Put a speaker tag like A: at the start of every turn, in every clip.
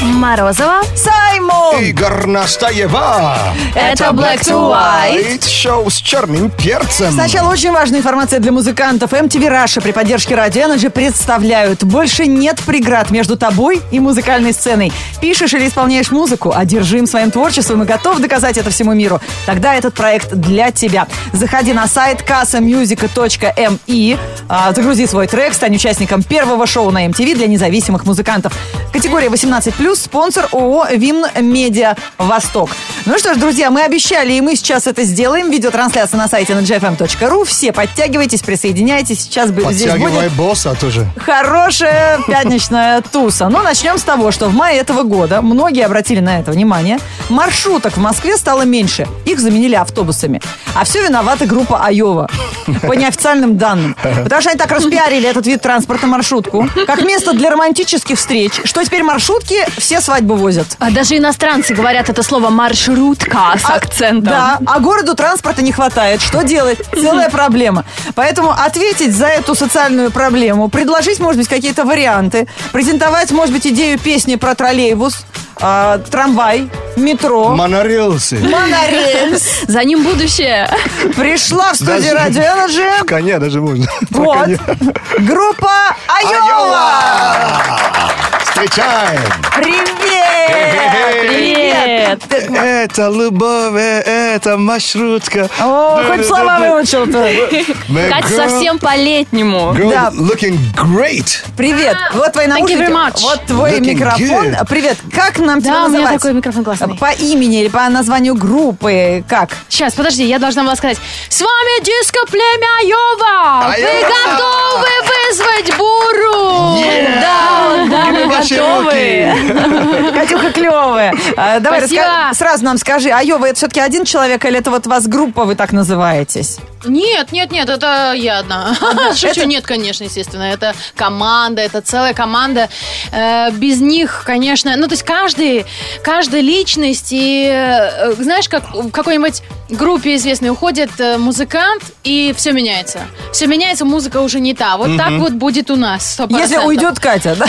A: Морозова.
B: Саймон!
C: Игорь Настаева.
A: Это Black to White.
C: Шоу с черным перцем.
B: Сначала очень важная информация для музыкантов. MTV Раша при поддержке Radio Energy представляют. Больше нет преград между тобой и музыкальной сценой. Пишешь или исполняешь музыку, одержим своим творчеством и готов доказать это всему миру. Тогда этот проект для тебя. Заходи на сайт kassamusica.me, а, загрузи свой трек, стань участником первого шоу на MTV для независимых музыкантов. Категория 18+, спонсор ООО «Вин Медиа Восток». Ну что ж, друзья, мы обещали, и мы сейчас это сделаем. Видеотрансляция на сайте ngfm.ru. Все подтягивайтесь, присоединяйтесь. Сейчас бы- здесь
C: Подтягивай
B: будет
C: босса тоже.
B: хорошая пятничная туса. Но начнем с того, что в мае этого года, многие обратили на это внимание, маршруток в Москве стало меньше. Их заменили автобусами. А все виновата группа Айова. По неофициальным данным. Потому что они так распиарили этот вид транспорта маршрутку. Как место для романтических встреч, что теперь маршрутки все свадьбы возят.
A: А даже иностранцы говорят это слово маршрутка с
B: А-
A: акцентом.
B: Да, а городу транспорта не хватает. Что делать? Целая проблема. Поэтому ответить за эту социальную проблему, предложить, может быть, какие-то варианты, презентовать, может быть, идею песни про троллейбус, а, трамвай, метро,
C: Монорельсы.
B: монорельс.
A: За ним будущее.
B: Пришла в студию
C: Даже-
B: Radio Energy.
C: Коня даже можно. Про
B: Вот.
C: коня.
B: Группа Айова.
C: Встречаем.
B: Привет.
A: Привет.
C: Это любовь, э, это маршрутка.
B: О, хоть слова выучил-то.
C: My
A: Катя
C: girl-
A: совсем по-летнему.
C: girl
B: Да.
C: looking great.
B: Привет,
D: А,
B: вот твои наушники,
A: you very much.
B: вот твой
C: Looking
B: микрофон.
C: good.
B: Привет, как нам тебя
D: Да, у меня
B: называть?
D: такой микрофон классный.
B: По имени или по названию группы, как?
D: Сейчас, подожди, я должна была сказать. С вами диско племя
C: А
D: Айова! Вы
C: Айова!
D: готовы вызвать буру?
C: Yeah!
D: Да, да,
C: Give me
D: мы
C: ваши
D: готовы.
B: Катюха клевая. А, Давай
D: Спасибо.
B: раска- сразу нам скажи, Айова, это все-таки один человек или это вот вас группа, вы так называетесь?
D: Нет, нет, нет, это я одна. Шучу, нет, конечно, естественно. Это команда, это целая команда. Э, Без них, конечно, ну, то есть каждый, каждая личность и, э, знаешь, как в какой-нибудь группе известной уходит э, музыкант, и все меняется. Все меняется, музыка уже не та. Вот так вот будет у нас, 100%.
B: Если уйдет Катя, да? А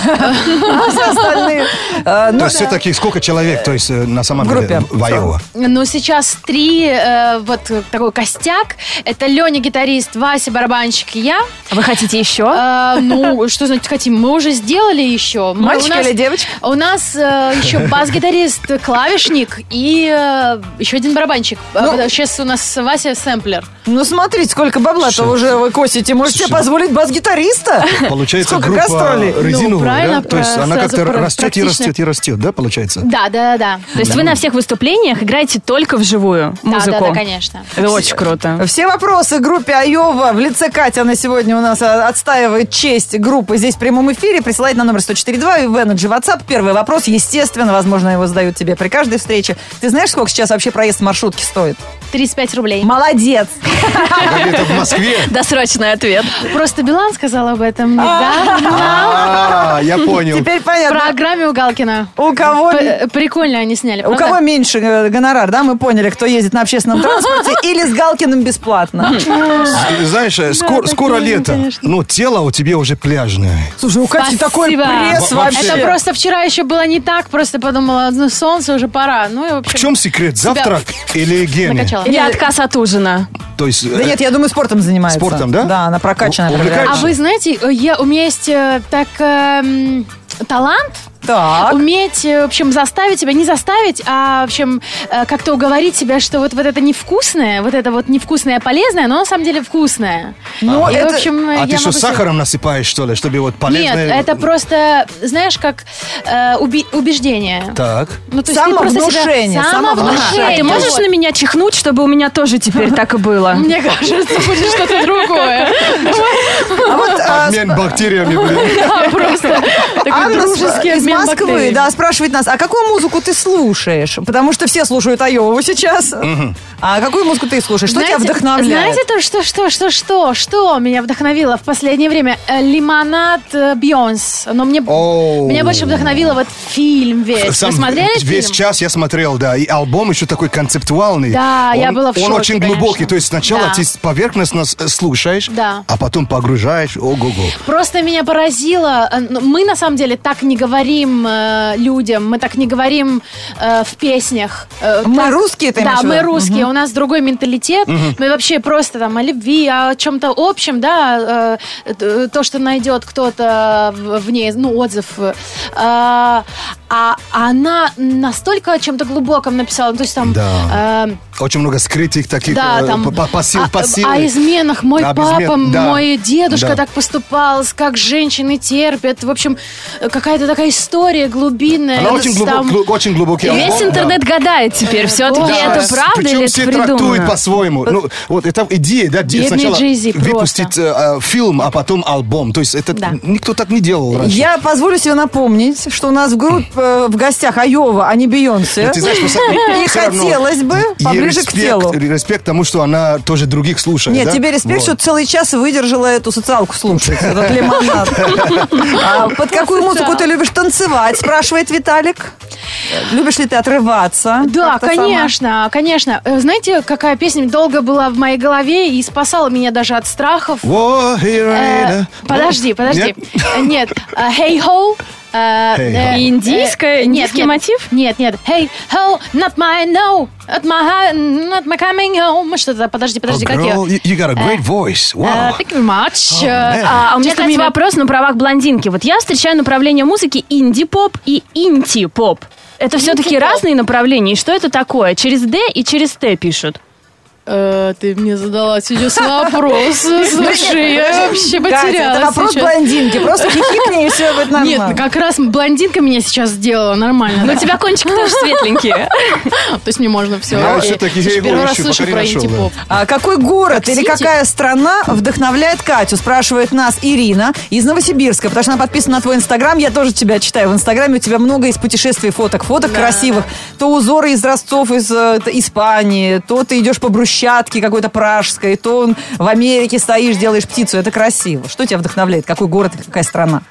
B: все остальные... э, ну,
C: То есть все-таки сколько человек, то есть э, на самом
B: В
C: деле,
B: группе.
C: в Айова?
D: Но сейчас три, э, вот э, такой костяк. Это Леня гитарист, Вася барабанщик и я.
A: Вы хотите еще?
D: Э, ну, что значит хотим? Мы уже сделали еще. Мы-
B: Мальчик
D: Ну, у нас-
B: или девочка?
D: У нас э, еще бас-гитарист, клавишник и э, еще один барабанщик.
B: Ну-
D: Сейчас у нас Вася сэмплер.
B: Ну, смотрите, сколько бабла-то
C: Слушай.
B: уже вы косите. Можете себе
C: Слушай.
B: позволить бас-гитариста?
C: Получается,
B: Сколько
C: группа
B: гастролей?
D: Ну,
C: резиновая,
D: правильно,
C: да? То есть
D: про-
C: она
D: сразу
C: как-то
D: про-
C: растет и
D: практично.
C: растет и растет, да, получается?
D: Да, да, да, да.
A: То есть вы на всех выступлениях играете только вживую
D: Да,
A: музыку?
D: да, да, конечно.
A: Это очень круто.
B: Все вопросы группе Айова в лице Кати. Она сегодня у нас а, отстаивает честь группы здесь в прямом эфире. Присылайте на номер 104.2 и в Energy WhatsApp. Первый вопрос, естественно, возможно, его задают тебе при каждой встрече. Ты знаешь, сколько сейчас вообще проезд маршрутки стоит?
D: 35 рублей.
B: Молодец!
C: Где-то в Москве.
A: Досрочный ответ.
D: Просто Билан сказал об этом недавно
C: А, я понял.
B: Теперь
D: в
B: понятно.
D: программе у Галкина.
B: У кого...
D: П- э, Ну Прикольно они сняли.
B: У
D: правда?
B: кого меньше э, гонорар, да, мы поняли, кто ездит на общественном транспорте или с Галкиным бесплатно.
C: Знаешь, э, скоро,
D: такие,
C: скоро лето,
D: конечно.
C: но тело у тебя уже пляжное.
B: Слушай, у Кати
D: Спасибо.
B: такой пресс
C: Во-
B: вообще.
C: вообще.
D: Это просто вчера еще было не так, просто подумала, ну солнце уже пора. Ну и вообще
C: В чем секрет? Завтрак или гены?
D: накачала.
A: Или отказ от ужина.
C: То есть... э,
B: Да нет, я думаю, спортом занимается.
C: Спортом, да?
B: Да, она прокачанная.
C: У- увлекается?
D: А
B: прям.
D: вы знаете, э, я, у меня есть э, так э, м, талант
B: Так.
D: уметь, э, в общем, заставить себя, не заставить, а, в общем, э, как-то уговорить себя, что вот, вот это невкусное, вот это вот невкусное полезное, но на самом деле вкусное.
B: Ну,
D: И,
B: это-
D: в общем,
C: А
D: я
C: ты что,
D: могу себе-
C: сахаром насыпаешь, что ли, чтобы вот
D: Нет,
C: полезное...
D: это просто, знаешь, как э, уби- убеждение.
C: Так.
D: Ну, то есть ты просто
B: Самовнушение, самовнушение.
D: себя- Самовнушение.
A: А ты можешь
D: Э, Вот.
A: на меня чихнуть, чтобы у меня тоже теперь так и было?
D: Мне кажется, будет что-то другое.
B: А вот а,
C: Обмен бактериями, блин.
D: Да, просто такой
B: Анна
D: дружеский
B: из
D: обмен
B: Москвы,
D: бактериями.
B: да, спрашивает нас, а какую музыку ты слушаешь? Потому что все слушают Айову сейчас. А какую музыку ты слушаешь? Что тебя
D: Знаете-
B: вдохновляет?
D: Знаете то, что, что, что, что, что меня вдохновило в последнее время? Э, Лимонад э, Бьонс. Но мне,
C: Оу.
D: меня больше вдохновило вот фильм весь.
C: Сам
D: Вы смотрели
C: весь
D: фильм?
C: час я смотрел, да. И альбом еще такой концептуальный.
D: Да,
C: Он-
D: я была в
C: Он
D: шоке,
C: очень
D: конечно.
C: глубокий. То есть сначала
D: Да.
C: ты поверхностно с- слушаешь,
D: Да.
C: а потом погружаешь. Ого-го.
D: Просто меня поразило. э, ну, Мы, на самом деле так не говорим э, людям, мы так не говорим э, в песнях. Э,
B: Мы
D: так-
B: русские, ты имеешь
D: Да,
B: в виду?
D: мы русские, у нас другой менталитет. Мы вообще просто там о любви, о чем-то общем, да, э, э, то, что найдет кто-то в- в ней, ну, отзыв. э, А а она настолько о чем-то глубоком написала, ну, то есть там...
C: Да.
D: э,
C: Очень много скрытых таких
D: да,
C: э,
D: там,
C: по-
D: А,
C: по- посил,
D: о,
C: посил.
D: о изменах. Мой
C: Об
D: папа,
C: измен- да.
D: мой дедушка
C: Да.
D: так поступал, с- как женщины терпят. В общем, э, какая-то такая история глубинная.
C: Она
D: Это
C: очень,
D: с-
C: глубок-
D: там-
C: глу- очень глубокий.
A: Весь
C: альбом, да.
A: интернет гадает теперь, все-таки
D: Да,
A: это
C: с-
A: правда
C: причем
A: или
C: все
A: это
C: трактуют
A: придумано?
C: по-своему. Ну, вот это идея, да, де-
D: Бедный
C: сначала
D: Джей-Зи просто.
C: выпустить э, э, фильм, а потом альбом. То есть это
D: Да.
C: никто так не делал раньше.
B: Я позволю себе напомнить, что у нас в группе в гостях Айова, а не Бейонсе.
C: Ну, Ты знаешь, просто-
B: И
C: всё равно
B: хотелось бы
C: ей
B: поближе к
C: респект-
B: телу.
C: Респект тому, что она тоже других слушает.
B: Нет,
C: да?
B: тебе респект,
C: Вот.
B: что целый час выдержала эту социалку слушать, этот лимонад. А Под какую музыку ты любишь танцевать, спрашивает Виталик. Любишь ли ты отрываться?
D: Да,
B: как-то сама?
D: конечно, конечно. Э, Знаете, какая песня долго была в моей голове и спасала меня даже от страхов?
C: Во, here I
D: Э,
C: am.
D: Подожди, подожди. Э, Нет, э, Hey Ho. э, э,
A: Индийская,
D: э,
A: индийский
D: нет,
A: мотив?
D: Нет, нет. Hey ho, not my no, not my, not my coming home. Что-то, подожди, подожди,
C: Oh,
D: как я?
C: girl, you, you got a great voice.
D: Э,
C: Wow.
D: Thank you very much.
C: man.
A: А, а у меня,
D: Just let
A: кстати,
D: me-
A: вопрос на правах блондинки. Вот я встречаю направление музыки инди-поп и инти-поп. Это все-таки
D: Инди-поп.
A: разные направления. И что это такое? Через Д и через Т пишут.
D: Э, Ты мне задала сейчас вопрос. Слушай, я вообще
B: Катя,
D: потерялась
B: это вопрос
D: сейчас.
B: блондинки. Просто хихикни, и все будет
D: Нет, ну,
B: нормально.
D: как раз блондинка меня сейчас сделала нормально.
A: Но у тебя кончики тоже светленькие.
D: То есть мне можно все.
C: Я всё-таки я его
D: первый раз
C: ищу,
D: слышу
C: пока не
D: про
C: нашел, да.
D: инди-поп.
B: А какой город
D: Как
B: или
D: Сити?
B: какая страна вдохновляет Катю? Спрашивает нас Ирина из Новосибирска, потому что она подписана на твой инстаграм. Я тоже тебя читаю в инстаграме. У тебя много из путешествий фоток. Фоток красивых. То узоры из Ростов, из э, т- Испании, то ты идешь по брусчатке какой-то пражской, то он в Америке стоишь, делаешь птицу. Это красиво. Что тебя вдохновляет? Какой город и какая страна?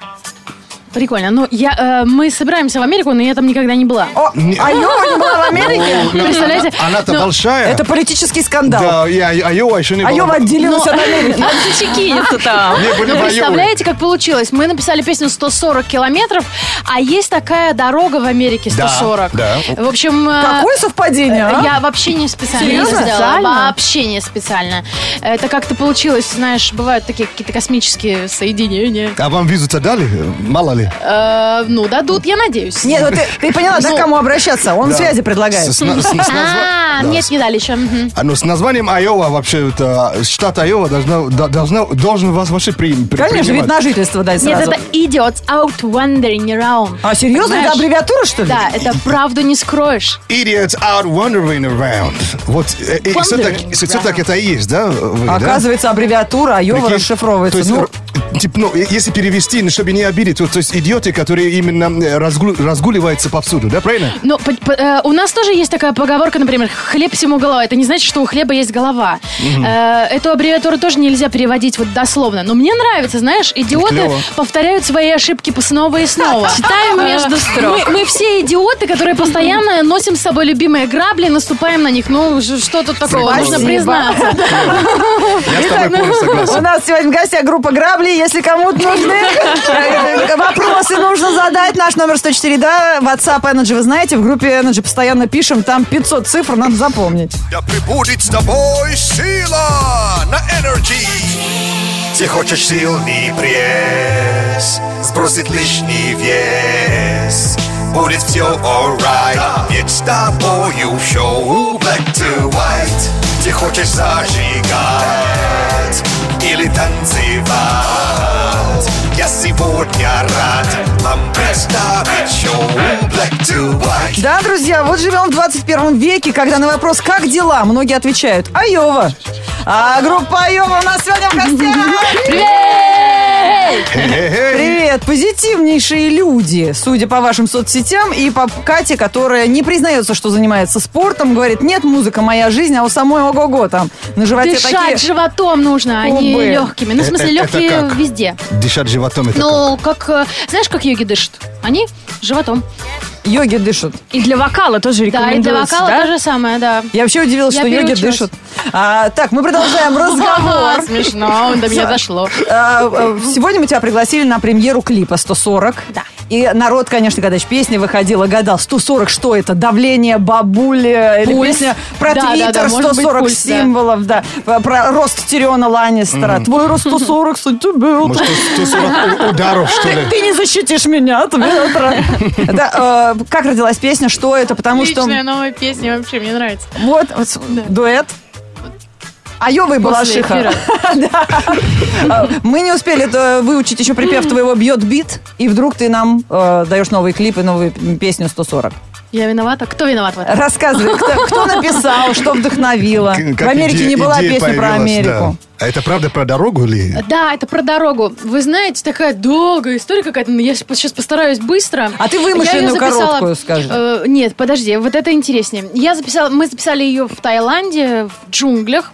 D: Прикольно. Ну, я, э, мы собираемся в Америку, но я там никогда не была.
B: О,
C: Не-
B: а Айова не была в Америке?
D: Представляете?
C: Она-то
D: Ну,
C: большая.
B: Это А политический скандал.
C: Да, и Ай- Айова еще не была.
B: Айова отделилась от Америки.
A: Чекинец-то там.
C: Не, были
D: Вы
C: бы Айовы.
D: представляете, как получилось? Мы написали песню 140 километров, а есть такая дорога в Америке 140.
C: Да, да.
D: В общем... э,
B: Какое совпадение, а?
D: Я вообще не специально.
B: Серьезно?
D: Не сделала,
A: Специально?
D: Вообще не специально. Это как-то получилось, знаешь, бывают такие какие-то космические соединения.
C: А вам визу-то дали? Мало ли.
D: Э, ну, дадут, я надеюсь.
B: Нет, вот ты, ты поняла, да, к кому обращаться? Он
C: Да.
B: связи предлагает.
C: С- с на- с- с назва-
D: А,
C: да,
D: нет, не дали еще. Мгм.
C: А, ну, с названием Айова вообще, это, э, штат Айова должна, да- должна, должен вас вообще при, при-
B: Конечно,
C: принимать.
B: вид на жительство дай
D: Нет,
B: сразу.
D: это idiots out wandering around.
B: А серьезно, это
D: Понимаешь?
B: аббревиатура, что ли?
D: Да, это правду не скроешь.
C: Idiots out wandering around. Вот, э, э,
D: Wandering
C: все-таки
D: around.
C: это и есть, да? вы, да?
B: Оказывается, аббревиатура Айова
C: Прикинь,
B: расшифровывается.
C: То есть,
B: Ну,
C: р- типа, ну, э, если перевести, ну, чтобы не обидеть, вот, то есть идиоты, которые именно э, разгу- разгуливаются повсюду, да, правильно?
D: Ну, по- по- э, у нас тоже есть такая поговорка, например, хлеб всему голова. Это не значит, что у хлеба есть голова. Э, эту аббревиатуру тоже нельзя переводить вот дословно. Но мне нравится, знаешь, идиоты
C: Клево.
D: повторяют свои ошибки по- снова и снова.
A: Читаем
D: Э,
A: между строк.
D: Мы, мы все идиоты, которые постоянно носим с собой любимые грабли, наступаем на них. Ну, ж- что тут такого?
B: Спасибо.
D: Нужно признаться.
C: Я с тобой полностью
B: ну, у
C: согласен.
B: нас сегодня в гостях группа «Грабли». Если кому-то нужны э, вопросы, нужно задать. Наш номер 104, да, WhatsApp Energy, вы знаете, в группе Energy постоянно пишем, там 500 цифр, надо запомнить.
E: Да прибудет с тобой сила на энергии. Ты хочешь сильный пресс, сбросить лишний вес. Будет все alright, ведь с тобою шоу black to white. Ты хочешь зажигать или танцевать. Я сегодня рад вам представить шоу black to white.
B: Да, друзья, вот живем в 21 веке, когда на вопрос «Как дела?» многие отвечают «Айова». А группа «Айова» у нас сегодня в гостях.
C: Хе-хе-хе.
B: Привет, позитивнейшие люди, судя по вашим соцсетям и по Кате, которая не признается, что занимается спортом, говорит, нет, музыка моя жизнь, а у самой ого-го там на животе
D: Дышать
B: такие...
D: животом нужно, а не
B: Кубы.
D: легкими. Ну, в смысле,
C: Э, э, это
D: легкие
C: как?
D: везде.
C: Дышать животом это как?
D: Ну, как, э, знаешь, как йоги дышат? Они животом.
B: Йоги дышат.
A: И для вокала тоже
D: Да, и для
A: рекомендуется,
D: вокала
A: да?
D: то же самое, да.
B: Я вообще удивилась,
D: Я
B: что йоги
D: переучилась.
B: дышат. А, так, мы продолжаем разговор.
D: Ага, Ну, Смешно, до меня дошло. Ну,
B: А, э, Сегодня мы тебя пригласили на премьеру клипа 140.
D: Да.
B: И народ, конечно, когда еще песня выходила, гадал, 140, что это? Давление бабули, или
D: Пульс.
B: песня про
D: Да, да,
B: Твиттер,
D: да, может быть,
B: 140
D: пульс, да.
B: символов, да. Про рост Тириона Ланнистера. Твой рост 140 сантиметров.
C: Может, 140 ударов, что ли?
B: Ты, ты не защитишь меня, от ветра. Да, э, Как родилась песня? Что это? Потому что
D: Отличная новая песня, вообще мне нравится.
B: вот вот с- дуэт. А Айовый
D: После
B: Балашиха.
D: эфира.
B: Э, Мы не успели это выучить еще припев твоего «Бьет бит», и вдруг ты нам э, даешь новый клип и новую песню 140.
D: Я виновата? Кто виноват в этом?
B: Рассказывай, кто, кто написал, что вдохновило.
C: Как
B: В Америке
C: идея-
B: не была
C: идея
B: песня про
C: появилась,
B: Америку. Ну,
C: да. А это правда про дорогу или?
D: Да, это про дорогу. Вы знаете, такая долгая история какая-то. но Я сейчас постараюсь быстро.
B: А ты
D: Я её
B: вымышленную
D: записала-
B: короткую скажи.
D: Э, нет, подожди, вот это интереснее. Я записала, мы записали ее в Таиланде, в джунглях.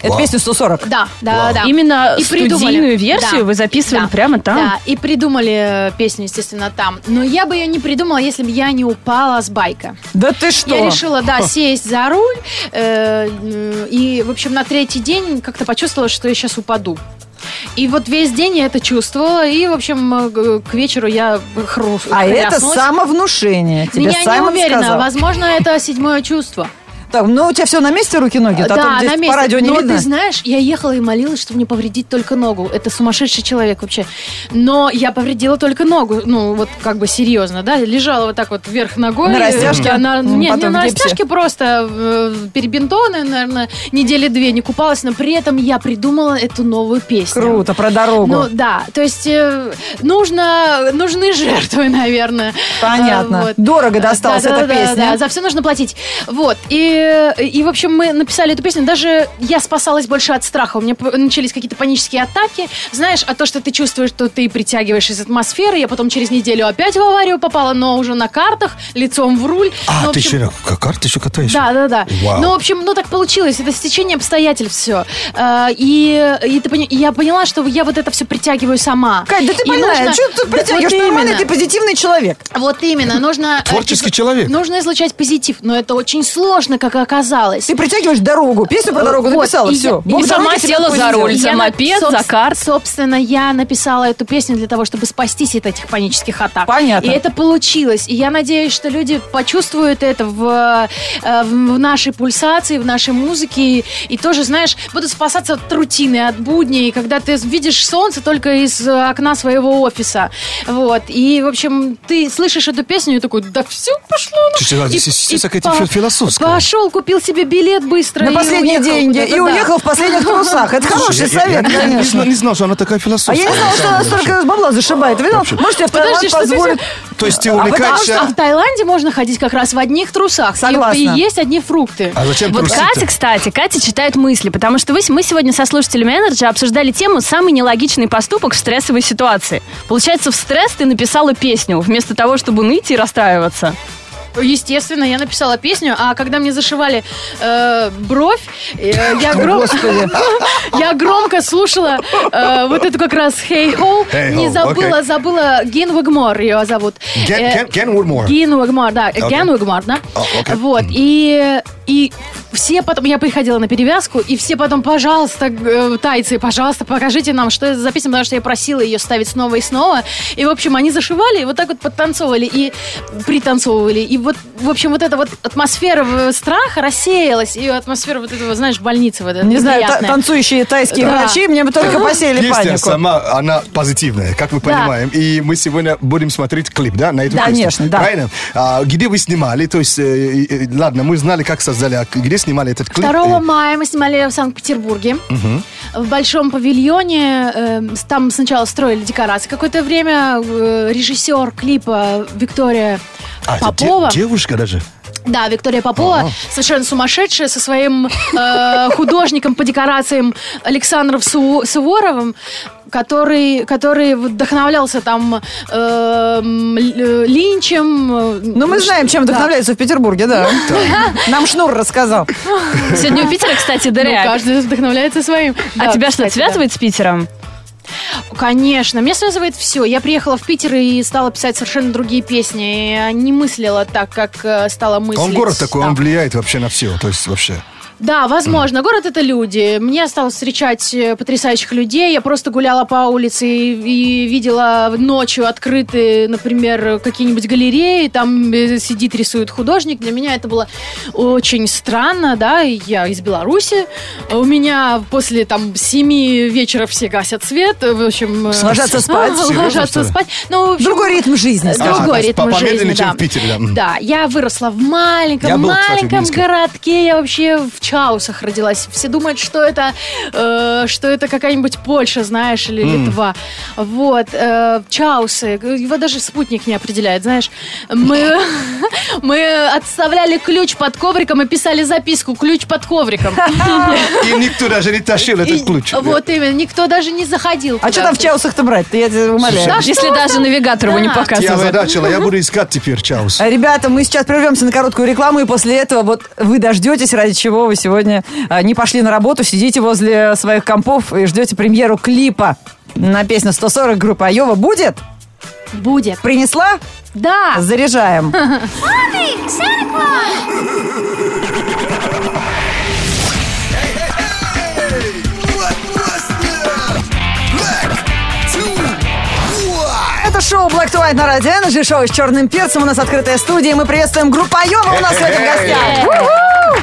B: Это песня 140.
D: Да, да, да.
A: Именно
D: И
A: студийную
D: придумали.
A: версию
D: Да.
A: вы записывали
D: Да.
A: прямо там?
D: Да, и придумали э, песню, естественно, там. Но я бы ее не придумала, если бы я не упала с байка.
B: Да ты что?
D: Я решила, да, сесть за руль. э, м, и, в общем, на третий день как-то почувствовала, что я сейчас упаду. И вот весь день я это чувствовала. И, в общем, э, г- к вечеру я хру-
B: А это
D: хряснулась.
B: самовнушение. Тебе
D: Я
B: Саймон
D: не уверена. а
B: сказал.
D: Возможно, это седьмое чувство.
B: Так, ну у тебя все на месте руки-ноги? А то
D: да,
B: здесь
D: на месте.
B: По радио не
D: Но
B: видно.
D: ты знаешь, я ехала и молилась, чтобы не повредить только ногу. Это сумасшедший человек вообще. Но я повредила только ногу. Ну, вот как бы серьезно, да? Лежала вот так вот вверх ногой.
B: На растяжке?
D: Э, на-
B: М,
D: не, не
B: потом в
D: на
B: гипсе.
D: растяжке, просто э, перебинтованы, наверное, недели две не купалась. Но при этом я придумала эту новую песню.
B: Круто, про дорогу.
D: Ну да, то есть э, нужно, нужны жертвы, наверное.
B: Понятно.
D: Э, вот.
B: Дорого досталась
D: Да, да,
B: эта
D: да,
B: песня.
D: да, за все нужно платить. Вот. И, и, в общем, мы написали эту песню. Даже я спасалась больше от страха. У меня п- начались какие-то панические атаки. Знаешь, а то, что ты чувствуешь, что ты притягиваешь из атмосферы. Я потом через неделю опять в аварию попала, но уже на картах, лицом в руль.
C: А,
D: Ну, в
C: ты
D: общем,
C: еще на к- карты еще катаешься?
D: да, да, да.
C: Вау.
D: Ну, в общем, ну так получилось. Это стечение обстоятельств все. И, и ты пони- и я поняла, что я вот это все притягиваю сама.
B: Кать, да ты
D: И
B: больная,
D: нужно-
B: что ты
D: Да,
B: притягиваешь?
D: вот
B: Нормально,
D: именно.
B: ты позитивный человек.
D: Вот именно, нужно... э,
C: Творческий
D: излу-
C: человек.
D: Нужно излучать позитив, но это очень сложно, как оказалось.
B: Ты притягиваешь дорогу, песню про дорогу
D: Э, Вот,
B: написала,
D: и
B: все.
D: я- и
A: сама села за руль.
D: Я
A: Сама
D: на-
A: пев,
D: собс-
A: за карт.
D: Собственно, я написала эту песню для того, чтобы спастись от этих панических атак.
B: Понятно.
D: И это получилось. И я надеюсь, что люди почувствуют это в, э, в нашей пульсации, в нашей музыке. И тоже, знаешь, будут спасаться от рутины, от будней, когда ты видишь солнце только из э, окна своего офиса. Вот. И, в общем, ты слышишь эту песню и такой, да все пошло. ну».
C: Слушай, а
D: И-
C: здесь есть
D: и
C: какая-то
D: по-
C: фи- философская.
D: Пошел, купил себе билет быстро.
B: На
D: и
B: последние
D: уехал
B: деньги.
D: куда-то,
B: И
D: да. А
B: уехал в последних трусах. Это хороший
C: Слушай, я- я-
B: совет,
C: я не- не
B: конечно.
C: знал- Не знал, что она такая
B: А я
C: философская.
B: не знала,
C: на
B: что
C: самом
B: она
C: деле.
B: столько бабла зашибает. Видел? Можете автомат
D: Подожди, что ты
B: позволить.
C: То есть ты
B: А вы
D: Потому
C: увлекаешься...
D: что в Таиланде можно ходить как раз в одних трусах. И-
B: Согласна.
D: И, есть одни фрукты.
C: А зачем
A: Вот
C: трусить-то?
A: Катя, кстати, Катя читает мысли, потому что вы- мы сегодня со слушателями Энерджи обсуждали тему «Самый нелогичный поступок в стрессовой ситуации». Получается, в стресс ты написала песню, вместо того, чтобы ныть и расстраиваться.
D: Естественно, я написала песню, а когда мне зашивали э, бровь, э, я, гром- я громко слушала э, вот эту как раз «Хей Хоу».
C: Hey
D: Не
C: Ho,
D: забыла,
C: окей.
D: забыла Гин Вагмор ее зовут.
C: Ген-
D: Э,
C: Ген- Ген Уордмор.
D: Гин Уэгмар, да, Ген Уэгмар, да.
C: О, окей.
D: Вот, и, и все потом, я приходила на перевязку, и все потом, пожалуйста, э, тайцы, пожалуйста, покажите нам, что это за песня, потому что я просила ее ставить снова и снова. И, в общем, они зашивали, и вот так вот подтанцовывали и пританцовывали. И вот, в общем, вот эта вот атмосфера э, страха рассеялась, и атмосфера вот этого, знаешь, больницы вот этой
B: Не знаю, та-
D: неприятная.
B: танцующие тайские
D: Да.
B: врачи мне бы только посеяли
C: Песня
B: панику.
C: сама, она позитивная, как мы
D: Да.
C: понимаем. И мы сегодня будем смотреть клип, да, на эту
B: Да,
C: песню?
B: конечно, да.
C: Правильно? А, где вы снимали, то есть, э, э, э, ладно, мы знали, как создали, а где снимали этот клип?
D: 2
C: Э,
D: мая мы снимали в Санкт-Петербурге. В большом павильоне. э, Там сначала строили декорации. Какое-то время э, режиссер клипа Виктория
C: а, это А. де-
D: Попова.
C: девушка даже?
D: Да, Виктория Попова, совершенно сумасшедшая, со своим э, художником по декорациям Александром Су- Суворовым, который, который вдохновлялся там э, м, Л- э, Линчем. э,
B: Ну, мы знаем, чем
D: да.
B: вдохновляются в Петербурге, да. Нам Шнур рассказал.
A: Сегодня у Питера, кстати,
D: Ну,
A: дыря.
D: каждый вдохновляется своим.
A: А
D: Да,
A: тебя что,
D: кстати, да.
A: связывает с Питером?
D: Конечно, меня связывает все. Я приехала в Питер и стала писать совершенно другие песни. Я не мыслила так, как э, стала мыслить.
C: Он город такой,
D: там.
C: он влияет вообще на все, то есть вообще.
D: Да, возможно. Город это люди. Мне стало встречать э, потрясающих людей. Я просто гуляла по улице и, и видела ночью открытые, например, какие-нибудь галереи. Там э, сидит, рисует художник. Для меня это было очень странно, да. Я из Беларуси. У меня после там семи вечера все гасят свет. В общем, э,
B: Ложатся спать?
C: Серьезно, что
D: Ложатся
C: ли?
D: спать. Ну, в общем,
B: Другой ритм жизни.
D: Другой
B: скажем.
C: А, то есть
D: ритм
C: по-
D: жизни,
C: помедленнее, чем
D: да.
C: в Питере, да.
D: Да, я выросла в маленьком,
C: Я был, кстати, в
D: маленьком
C: Минске.
D: городке. Я вообще в Чаусах родилась. Все думают, что это, э, что это какая-нибудь Польша, знаешь, или Литва. Вот, э, Чаусы. Его даже спутник не определяет, знаешь. Мы, мы отставляли ключ под ковриком и писали записку «Ключ под ковриком».
C: И никто даже не тащил
D: И
C: этот ключ.
D: Вот именно, никто даже не заходил.
B: А что там в чаусах-то брать-то, я тебя умоляю.
D: Да
A: Если
D: что
A: даже навигатор его не
D: Да.
C: Я
A: показывает.
C: задачила, я буду искать теперь Чаус.
B: А, Ребята, мы сейчас прервемся на короткую рекламу, и после этого вот вы дождетесь, ради чего вы сегодня а, не пошли на работу, сидите возле своих компов и ждете премьеру клипа на песню 140 группы Айова. Будет?
D: Будет.
B: Принесла?
D: Да.
B: Заряжаем. Это шоу Black to White на Радио Energy, шоу с черным перцем. У нас открытая студия, и мы приветствуем группу Айова у нас в этом гостях.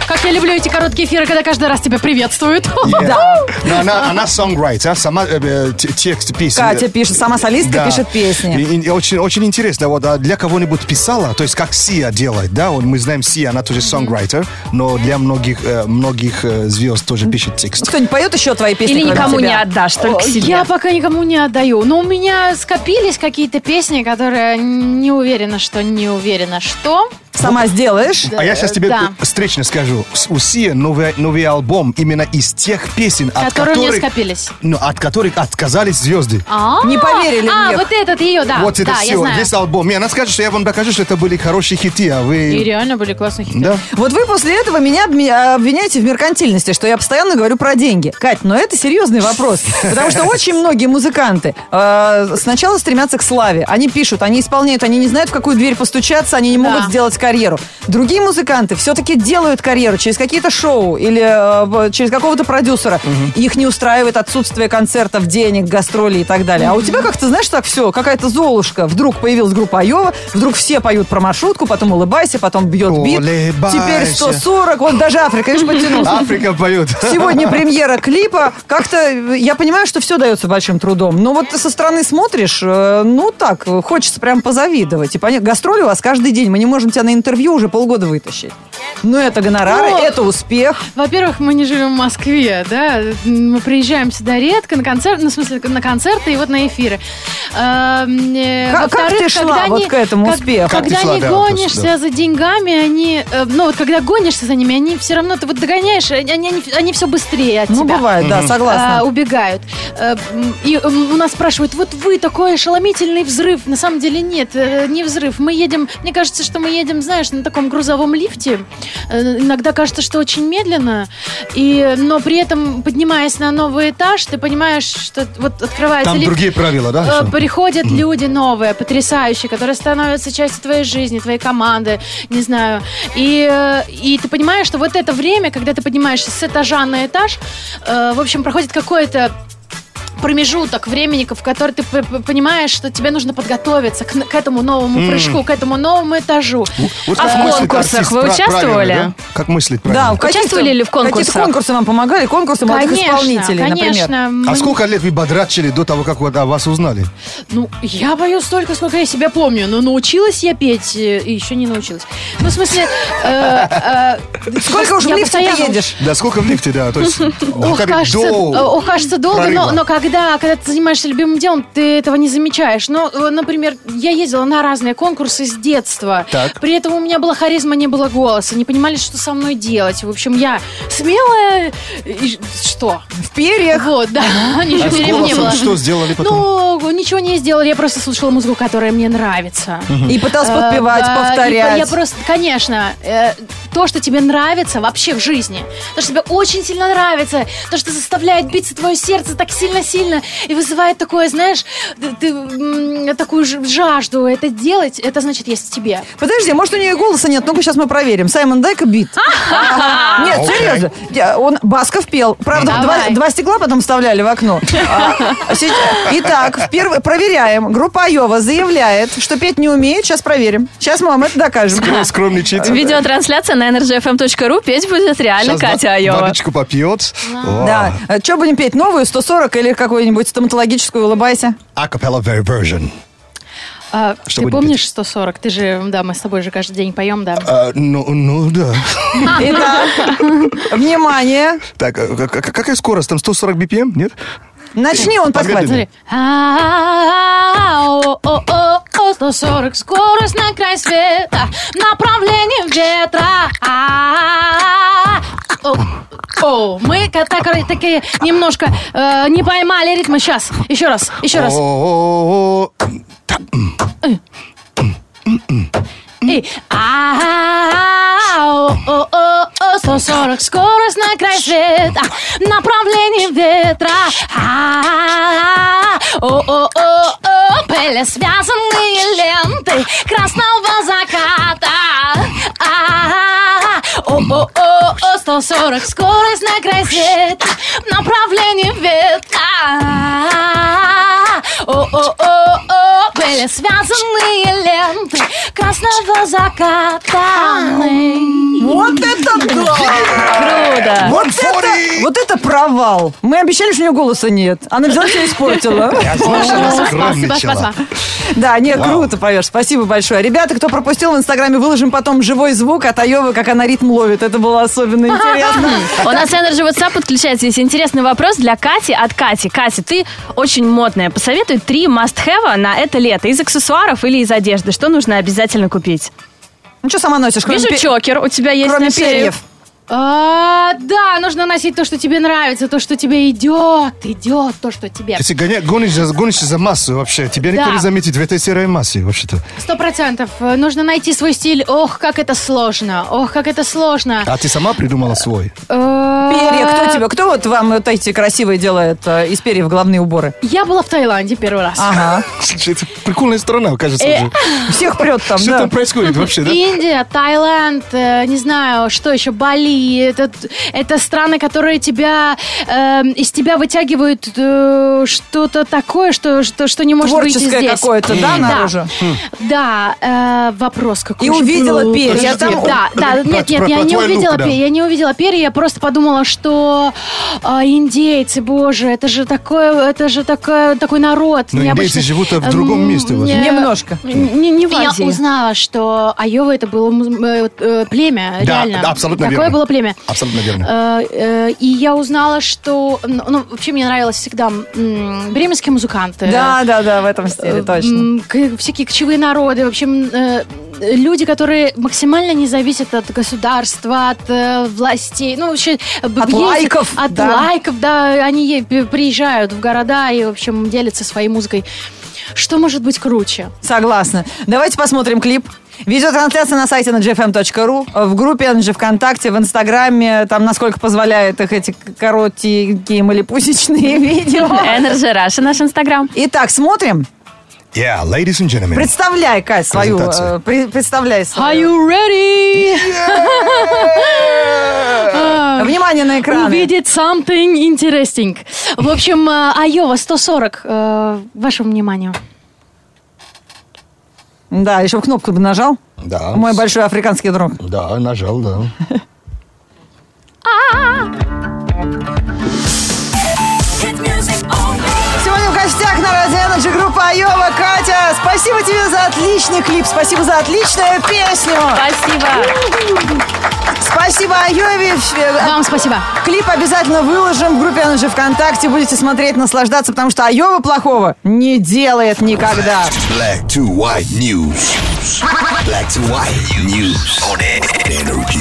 D: Как я люблю эти короткие эфиры, когда каждый раз тебя приветствуют.
C: Да. Она, она songwriter, сама э, э, те- текст песни.
B: Катя пишет, сама солистка
C: Да.
B: пишет песни.
C: И- и очень, очень интересно, вот а для кого-нибудь писала, то есть как Сия делает, да, вот мы знаем Сия, она тоже songwriter, но для многих, э, многих э, звезд тоже пишет текст.
B: Кто-нибудь поет еще твои песни?
A: Или
B: кроме
A: никому
B: тебя?
A: не отдашь, только себе.
D: Я пока никому не отдаю. Но у меня скопились какие-то песни, которые не уверена, что не уверена, что.
B: Сама сделаешь?
C: А я сейчас тебе
D: Да.
C: э, встречно скажу, С- у Сия новый, новый альбом именно из тех песен, от
D: Которые у меня
C: которых,
D: скопились.
C: ну, от которых отказались звезды.
D: А,
B: Не поверили
D: А,
B: мне.
D: вот этот ее, да.
C: вот это
D: да, я
C: все,
D: знаю.
C: весь альбом. И она скажет, что я вам докажу, что это были хорошие хиты, а
D: И
C: вы...
D: реально были классные хиты.
C: Да.
B: Вот вы после этого меня обме- а, обвиняете в меркантильности, что я постоянно говорю про деньги. Кать, но это серьезный вопрос. Потому что очень многие музыканты э, сначала стремятся к славе. Они пишут, они исполняют, они не знают, в какую дверь постучаться, они не могут
D: Да.
B: сделать карьеру. Другие музыканты все-таки делают карьеру через какие-то шоу или э, в- через какого-то продюсера. Их не устраивает отсутствие концертов, денег, гастролей и так далее. А у тебя как-то, знаешь, так все, какая-то золушка. Вдруг появилась группа Айова, вдруг все поют про маршрутку, потом улыбайся, потом бьет бит.
C: Улыбайся. А?
B: Теперь 140, вот даже Африка, видишь, потянулся.
C: Африка поет.
B: Сегодня премьера клипа. Как-то э, я понимаю, что все дается большим трудом. Но вот ты со стороны смотришь, э, ну так, э, хочется прям позавидовать. И понятно, гастроли у вас каждый день. Мы не можем тебя на интервью уже полгода вытащить. Ну, это гонорары,
D: Ох.
B: это успех.
D: Во-первых, мы не живем в Москве, да, мы приезжаем сюда редко на концерт, ну, в смысле, на концерты и вот на эфиры. Эм, э,
B: Как- как
D: во-вторых,
B: ты шла
D: когда
B: вот
D: не-
B: к этому
D: как-
B: успеху?
C: Как ты
D: Когда
C: шла,
D: не
C: да, вот,
D: гонишься
C: да.
D: за деньгами, они, э, ну, вот когда гонишься за ними, они все равно, ты вот догоняешь, они, они, все быстрее от
B: Ну,
D: тебя.
B: бывает, да,
D: а,
B: согласна.
D: убегают. Э, м, И э, м, у нас спрашивают, вот вы такой ошеломительный взрыв. На самом деле нет, э, не взрыв. Мы едем, мне кажется, что мы едем, знаешь, на таком грузовом лифте. Э, Иногда кажется, что очень медленно. И, но при этом, поднимаясь на новый этаж, ты понимаешь, что вот открывается
C: Там
D: лифт.
C: другие правила, да?
D: Э,
C: что?
D: Приходят люди новые, потрясающие, которые становятся частью твоей жизни, твоей команды, не знаю. И, э, и ты понимаешь, что вот это время, когда ты поднимаешься с этажа на этаж, э, в общем, проходит какое-то промежуток времени, в который ты п- п- понимаешь, что тебе нужно подготовиться к, н- к этому новому прыжку, к этому новому этажу.
C: Вот
A: А
C: как
A: в
C: мыслит
A: конкурсах
C: артист
A: вы
C: прав-
A: участвовали?
C: правильно, да? Как мыслить
B: Да,
C: правильно?
B: какие-то-
A: Участвовали ли в конкурсах?
B: Какие-то конкурсы вам помогали, конкурсы молодых исполнителей, например.
D: конечно.
C: А
D: мы-
C: сколько лет вы бодрачили до того, как вот о вас узнали?
D: Ну, я пою столько, сколько я себя помню, но научилась я петь э, и еще не научилась. Ну, в смысле... э, э,
B: Сколько уж в
D: я
B: лифте ты
D: постоянно-
B: едешь?
C: Да, сколько в лифте, да? То есть,
D: Ох,
C: как
D: кажется, э,
C: до...
D: ох, кажется, долго,
C: прорыва.
D: но, но когда, когда ты занимаешься любимым делом, ты этого не замечаешь. Ну, э, например, я ездила на разные конкурсы с детства.
C: Так.
D: При этом у меня была харизма, не было голоса, не понимали, что со мной делать. В общем, я смелая... и что?
B: В перьях.
D: Вот, да,
C: А
D: ничего
C: с
D: перед не
C: голосом
D: было.
C: что сделали потом?
D: Ну, ничего не сделали, я просто слушала музыку, которая мне нравится.
B: И пытался
D: Э,
B: подпевать,
D: да, и
B: повторять.
D: Я просто, конечно, э, то, что тебе нравится вообще в жизни, то, что тебе очень сильно нравится, то, что заставляет биться твое сердце так сильно-сильно, сильно и вызывает такое, знаешь, ты- ты, м, такую ж- жажду это делать, это значит есть в тебе.
B: Подожди, может, у нее и голоса нет? Ну-ка, сейчас мы проверим. Саймон Дайка бит. Ага. Нет,
C: Окей.
B: серьезно. Я- Он Басков пел. Правда, два,
D: Давай.
B: два стекла потом вставляли в окно. А, сейчас- Итак, вперв- проверяем. Группа Айова заявляет, что петь не умеет. Сейчас проверим. Сейчас мы вам это докажем.
C: Скромничать.
A: Видеотрансляция на energyfm.ru. Петь будет реально
C: Сейчас
A: Катя
C: ба-
A: Айова.
C: Бабочку попьет. О,
B: Да. Что будем петь? Новую 140 или какую-нибудь стоматологическую? Улыбайся.
C: Acapella version.
D: А,
C: Что
D: ты
C: будем
D: помнишь
C: петь?
D: 140? Ты же, да, мы с тобой же каждый день поем, да.
C: Э, Ну, ну да.
B: Итак, внимание.
C: Так, э, как- как- какая скорость? Там 140 BPM, нет?
B: Начни, он подхватит.
C: Помедленнее.
D: Смотри. А-а-а-о-о-о-о, 140 скорость на край света, направление ветра. А-а-а. О, о, мы ка- так- такие немножко э, не поймали ритма. Сейчас, еще раз, еще раз.
C: О,
D: И а-а-а-о-о-о, 140 скорость на край света, направление ветра. А-а-а, О-о-о-о, были связанные ленты красного заката. А-а-а, О-о-о-о, 140 скорость на край света, направление ветра. А-а-а, О-о-о-о, были связанные ленты красного заката.
B: Вот это да!
A: Круто.
B: Вот
C: 140!
B: это, вот это провал. Мы обещали, что у нее голоса нет. Она взяла все испортила.
C: Скромничала.
B: Да, нет, круто поешь. Спасибо большое. Ребята, кто пропустил, в Инстаграме выложим потом живой звук от Айовы, как она ритм ловит. Это было особенно интересно.
A: У нас Energy WhatsApp подключается. Есть интересный вопрос для Кати от Кати. Катя, ты очень модная. Посоветуй три must-have на это лето. Из аксессуаров или из одежды. Что нужно обязательно купить?
B: Ну, что сама носишь? кроме
A: Вижу
B: пе-
A: чокер. У тебя есть
B: Кроме
A: на шее.
B: перьев.
D: А, да, нужно носить то, что тебе нравится, то, что тебе идет, идет, то, что тебе.
C: Если гоня- гонишь, за- гонишься за массу вообще, тебя никто
D: Да.
C: не заметит в этой серой массе вообще-то.
D: Сто процентов. Э, Нужно найти свой стиль. Ох, как это сложно. Ох, как это сложно. Э,
C: А ты сама придумала свой.
B: Перья,
D: Перья,
A: А.
B: кто тебе? Кто вот вам вот эти красивые делает э, из перьев главные уборы?
D: Я была в Таиланде первый раз.
B: Ага.
C: Это прикольная страна, кажется
D: Э,
C: уже.
B: Всех прет там,
C: Что
B: а, да.
C: там происходит вообще, да?
D: Индия, Таиланд, э, не знаю, что еще, Бали. Это, это страны, которые тебя э, из тебя вытягивают э, что-то такое, что, что, что не может выйти
B: Творческое
D: здесь. Хм.
B: какое-то, да, наружу?
D: Да, э, вопрос какой
B: И
D: же
B: увидела
D: был.
B: перья,
D: Подожди,
B: там-
D: Да, да,
C: Про-
D: нет, нет,
C: про-
D: я
C: про
D: не
C: твой лук,
D: увидела
C: да.
D: перья, я не увидела перья, я просто подумала, что а, индейцы, боже, это же такое, это же такое, такой народ.
B: Ну,
C: Но Ну, индейцы
D: необычный.
C: живут в другом
D: Эм,
C: месте,
A: Э,
D: не-
C: возможно.
B: Немножко.
A: Н- Не, не в
D: я
A: Азии.
D: узнала, что Айова это было муз- э, э, племя,
C: Да,
D: реально.
C: да, абсолютно
D: Такое
C: верно.
D: было племя.
C: Абсолютно верно.
D: Э, э, И я узнала, что... Ну, ну, вообще мне нравилось всегда м, бременские
A: э.
D: музыканты.
B: Да, да, да, в этом стиле, точно.
D: М, к- всякие кочевые народы, в общем, э, люди, которые максимально не зависят от государства, от э, властей, ну вообще э, б-
B: От лайков,
D: от
B: да.
D: лайков, да, они е- пи- приезжают в города и, в общем, делятся своей музыкой. Что может быть круче?
B: Согласна. Давайте посмотрим клип. Видеотрансляция на сайте ngfm.ru, эм в группе NG ВКонтакте, в Инстаграме, там, насколько позволяют их эти коротенькие малепусечные видео.
A: Energy Russia, наш инстаграм.
B: Итак, смотрим.
C: Yeah, ladies and gentlemen.
B: Представляй, Кать, свою.
C: Презентацию.
B: э, пре- Представляй
D: Are
B: свою.
D: you ready?
B: Внимание на экран.
D: Увидеть something interesting. В общем, э, Айова 140. э, Вашему вниманию.
B: Да, еще в кнопку бы нажал.
C: Да.
B: Мой большой африканский друг.
C: Да, нажал, да.
B: Сегодня в гостях на Радио Energy группа Айова. Катя, спасибо тебе за отличный клип, спасибо за отличную песню.
A: Спасибо.
B: Спасибо Айове.
D: Вам спасибо.
B: Клип обязательно выложим в группе Energy ВКонтакте. Будете смотреть, наслаждаться, потому что Айова плохого не делает никогда.
E: Black to white news. Black to white news on E- energy.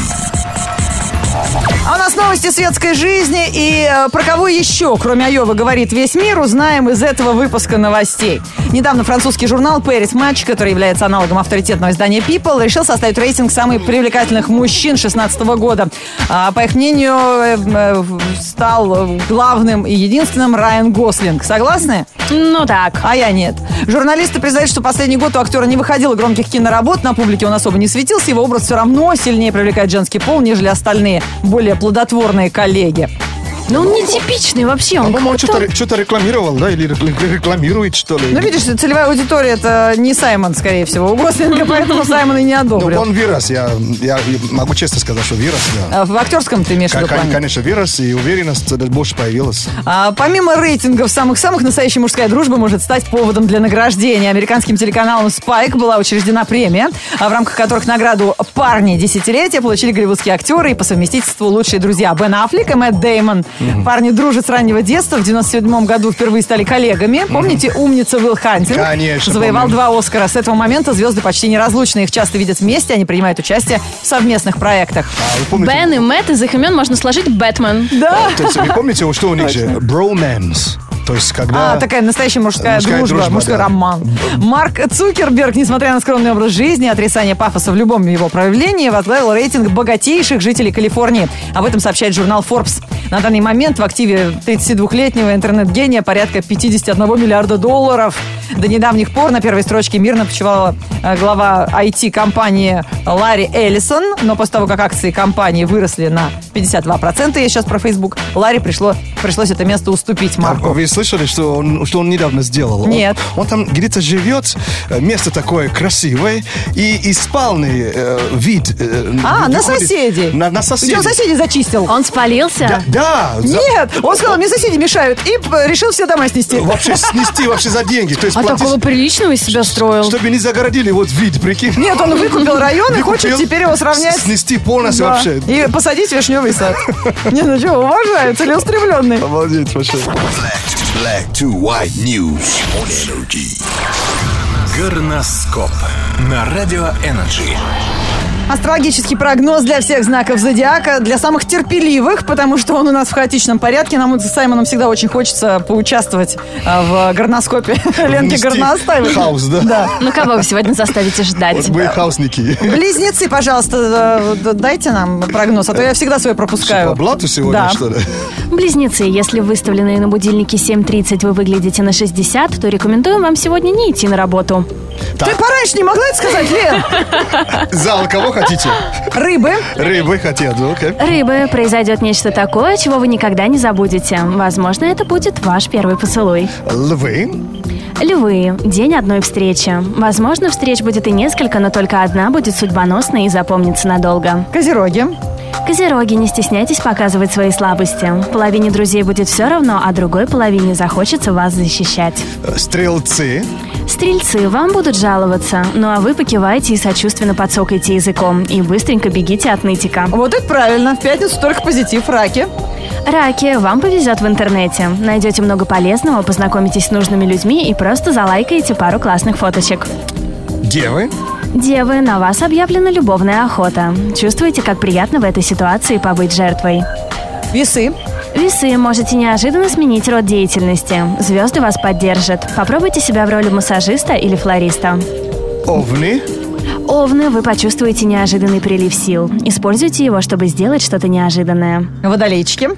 B: А у нас новости светской жизни и э, про кого еще, кроме Айова, говорит весь мир, узнаем из этого выпуска новостей. Недавно французский журнал Paris Match, который является аналогом авторитетного издания People, решил составить рейтинг самых привлекательных мужчин 2016 года. А, по их мнению, э, э, стал главным и единственным Райан Гослинг. Согласны?
A: Ну так.
B: А я нет. Журналисты признают, что последний год у актера не выходило громких киноработ, на публике он особо не светился, его образ все равно сильнее привлекает женский пол, нежели остальные, более плодотворные коллеги. Ну,
A: Но он Ну, нетипичный вообще. Он
C: По-моему, он
A: какой-то-
C: что-то что-то рекламировал, да? Или рекл- рекламирует, что ли?
B: Ну, видишь, целевая аудитория это не Саймон, скорее всего, у Гослинга, поэтому Саймон и не
C: Ну,
B: одобрил.
C: он вирус, я, я могу честно сказать, что вирус, да.
B: А В актерском ты имеешь в виду
C: Кон- кон-
B: плане?
C: Конечно, вирус и уверенность даже больше появилась.
B: А, помимо рейтингов самых-самых, настоящая мужская дружба может стать поводом для награждения. Американским телеканалом Spike была учреждена премия, а в рамках которых награду «Парни десятилетия» получили голливудские актеры и по совместительству лучшие друзья Бен Аффлек и Мэтт Деймон. Парни дружат с раннего детства. В 97 году впервые стали коллегами. Помните «Умница Уилл Хантинг»?
C: Конечно,
B: Завоевал
C: помню.
B: два «Оскара». С этого момента звезды почти неразлучны. Их часто видят вместе, они принимают участие в совместных проектах.
C: А вы помните,
A: Бен и Мэтт из их имен можно сложить Бэтмен.
B: ну, Да.
C: то есть вы помните, что у них же? Bromance. То есть когда...
B: А, такая настоящая мужская,
C: Мужская
B: дружба,
C: дружба,
B: мужской
C: да.
B: роман. Марк Цукерберг, несмотря на скромный образ жизни и отрицание пафоса в любом его проявлении, возглавил рейтинг богатейших жителей Калифорнии. Об этом сообщает журнал Forbes. На данный момент в активе 32-летнего интернет-гения порядка 51 миллиарда долларов. До недавних пор на первой строчке мирно почивала э, глава IT-компании Ларри Эллисон, но после того, как акции компании выросли на 52%, я сейчас про Facebook, Ларри пришло, пришлось это место уступить
C: А
B: Марку.
C: Вы слышали, что он, что он недавно сделал? Он-
B: Нет.
C: Он, там где-то живет, э, место такое красивое, и, и спальный э, вид. э,
B: А, на
C: выходит-
B: соседей.
C: На, на соседей.
B: Причем соседей зачистил.
A: Он спалился?
C: Да, да, за-
B: Нет, он сказал, мне соседи мешают. И п, решил все дома снести.
C: вообще снести вообще за деньги. То есть
A: А
C: платить,
A: такого приличного из себя строил.
C: чтобы не загородили вот вид, прикинь.
B: Нет, он выкупил район и
C: Выкупил,
B: хочет теперь его сравнять.
C: с- Снести полностью
B: Да.
C: вообще.
B: И посадить вишневый сад. Не, ну что, уважаю, целеустремленный.
C: Обалдеть вообще.
E: Black to, black to white news on energy.
F: Горноскоп на Радио Энерджи.
B: Астрологический прогноз для всех знаков зодиака, для самых терпеливых, потому что он у нас в хаотичном порядке. Нам вот с Саймоном всегда очень хочется поучаствовать а, в горноскопе Ленки
C: Внести
B: Горностаевой.
C: хаос, да?
A: Ну кого вы сегодня заставите ждать?
C: Вот Вы хаусники.
B: Близнецы, пожалуйста, э, д- дайте нам прогноз, а то я всегда свой пропускаю.
C: По блату сегодня,
B: Да.
C: что ли?
A: Близнецы, если выставленные на будильнике 7.30 вы выглядите на 60, то рекомендуем вам сегодня не идти на работу.
B: Ты
C: Так,
B: пораньше не могла это сказать, Лен?
C: зал кого хотите?
B: Рыбы.
C: Рыбы хотят, ну, окей.
A: Рыбы, произойдет нечто такое, чего вы никогда не забудете. Возможно, это будет ваш первый поцелуй.
C: Львы.
A: Львы, день одной встречи. Возможно, встреч будет и несколько, но только одна будет судьбоносной и запомнится надолго.
B: Козероги.
A: Козероги, не стесняйтесь показывать свои слабости. Половине друзей будет все равно, а другой половине захочется вас защищать.
C: Э, Стрелцы.
A: Стрельцы, вам будут жаловаться, ну а вы покиваете и сочувственно подсокайте языком и быстренько бегите от нытика.
B: Вот это правильно. В пятницу только позитив, раки.
A: Раки, вам повезет в интернете. Найдете много полезного, познакомитесь с нужными людьми и просто залайкаете пару классных фоточек.
C: Девы.
A: Девы, на вас объявлена любовная охота. Чувствуете, как приятно в этой ситуации побыть жертвой.
B: Весы.
A: Весы, можете неожиданно сменить род деятельности. Звезды вас поддержат. Попробуйте себя в роли массажиста или флориста.
C: Овны.
A: Овны, вы почувствуете неожиданный прилив сил. Используйте его, чтобы сделать что-то неожиданное.
B: Водолейчики.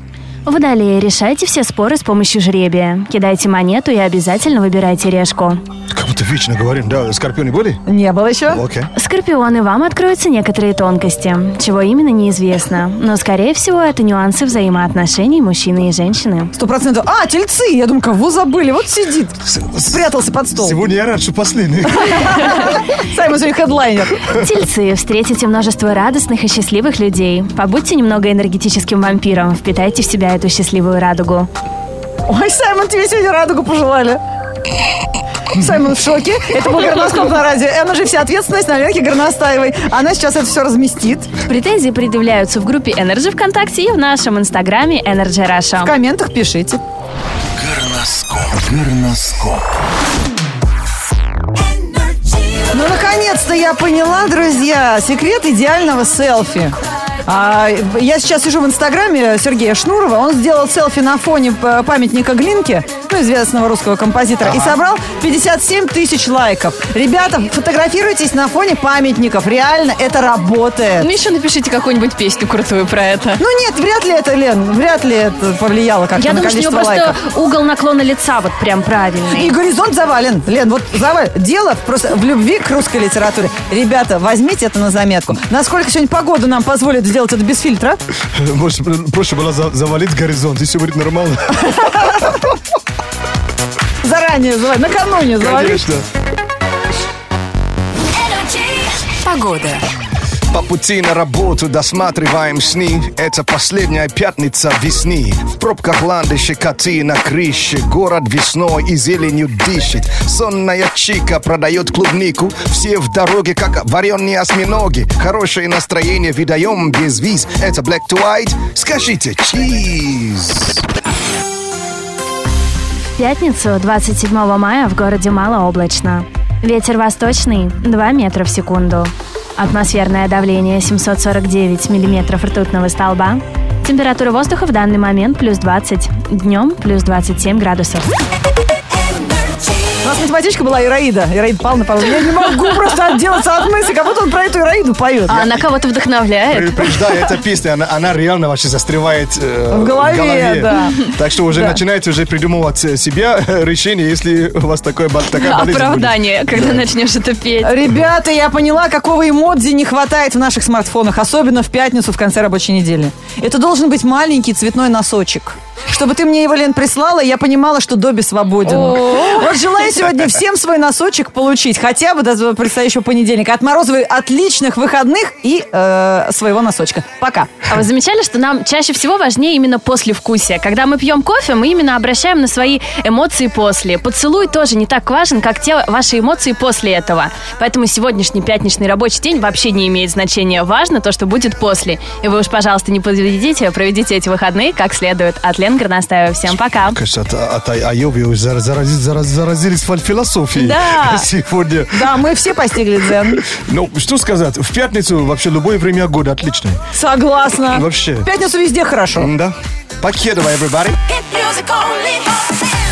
A: Водолеи, решайте все споры с помощью жребия. Кидайте монету и обязательно выбирайте решку.
C: Как будто вечно говорим, да, скорпионы были?
B: Не было еще.
C: Окей.
A: Скорпионы, вам откроются некоторые тонкости, чего именно неизвестно. Но, скорее всего, это нюансы взаимоотношений мужчины и женщины.
B: Сто процентов. А, тельцы. Я думаю, кого забыли? Вот сидит. Спрятался под стол.
C: Сегодня я рад, что последний.
B: Саймон сегодня хедлайнер.
A: Тельцы, встретите множество радостных и счастливых людей. Побудьте немного энергетическим вампиром, впитайте в себя эту счастливую радугу.
B: Ой, Саймон, тебе сегодня радугу пожелали. Саймон в шоке. Это был горноскоп на радио. Она же вся ответственность на Ленке Горностаевой. Она сейчас это все разместит.
A: Претензии предъявляются в группе Energy ВКонтакте и в нашем инстаграме Energy Russia.
B: В комментах пишите.
F: Горноскоп. Горноскоп.
B: Ну, наконец-то я поняла, друзья, секрет идеального селфи. А, я сейчас сижу в инстаграме Сергея Шнурова. Он сделал селфи на фоне э, памятника Глинки, ну, известного русского композитора, и собрал 57 тысяч лайков. Ребята, фотографируйтесь на фоне памятников. Реально, это работает.
A: Ну еще напишите какую-нибудь песню крутую про это.
B: Ну нет, вряд ли это, Лен, вряд ли это повлияло как-то
A: Я
B: на
A: думаю, что у него
B: количество
A: просто
B: лайков.
A: угол наклона лица вот прям правильный.
B: И горизонт завален. Лен, вот завал. Дело просто в любви к русской литературе. Ребята, возьмите это на заметку. Насколько сегодня погода нам позволит сделать это без фильтра?
C: Может, проще было за- завалить горизонт, и все будет нормально.
B: Заранее завалить, накануне завалить.
C: Конечно.
G: Погода.
C: По пути на работу досматриваем сны Это последняя пятница весны В пробках ландыши коты на крыше Город весной и зеленью дышит Сонная чика продает клубнику Все в дороге, как вареные осьминоги Хорошее настроение видаем без виз Это black to white, скажите чиз
H: В пятницу, 27 мая, в городе малооблачно. Ветер восточный 2 метра в секунду. Атмосферное давление 749 миллиметров ртутного столба. Температура воздуха в данный момент плюс 20. Днем плюс 27 градусов.
B: У нас математичка была Ираида. Ираида Павловна, по-моему, я не могу просто отделаться от мысли, как будто он про эту Ираиду поет.
A: А она кого-то вдохновляет.
C: Предупреждаю, эта песня, она, она реально вообще застревает э,
B: В голове, да.
C: Так что уже
B: Да.
C: начинаете уже придумывать э, себе э, решение, если у вас такое, бол- такая болезнь будет.
A: Оправдание, когда начнешь это петь.
B: Ребята, я поняла, какого эмодзи не хватает в наших смартфонах, особенно в пятницу в конце рабочей недели. Это должен быть маленький цветной носочек. Чтобы ты мне его, Лен, прислала, я понимала, что Добби свободен. Вот желаю сегодня всем свой носочек получить, хотя бы до предстоящего понедельника. От Морозовой отличных выходных и э, своего носочка. Пока.
A: А вы замечали, что нам чаще всего важнее именно послевкусие? Когда мы пьем кофе, мы именно обращаем на свои эмоции после. Поцелуй тоже не так важен, как те ваши эмоции после этого. Поэтому сегодняшний пятничный рабочий день вообще не имеет значения. Важно то, что будет после. И вы уж, пожалуйста, не подведите, а проведите эти выходные как следует. От Лен Горностаева. Всем пока.
C: Кажется, от, от Ай- Айоби уже зар- зарази- зара- заразились фол- философией
B: Да.
C: сегодня.
B: Да, мы все постигли дзен.
C: Ну, что сказать, в пятницу вообще любое время года отлично.
B: Согласна.
C: Вообще.
B: В пятницу везде хорошо.
C: Да. Покедова, everybody.
G: Hit music only.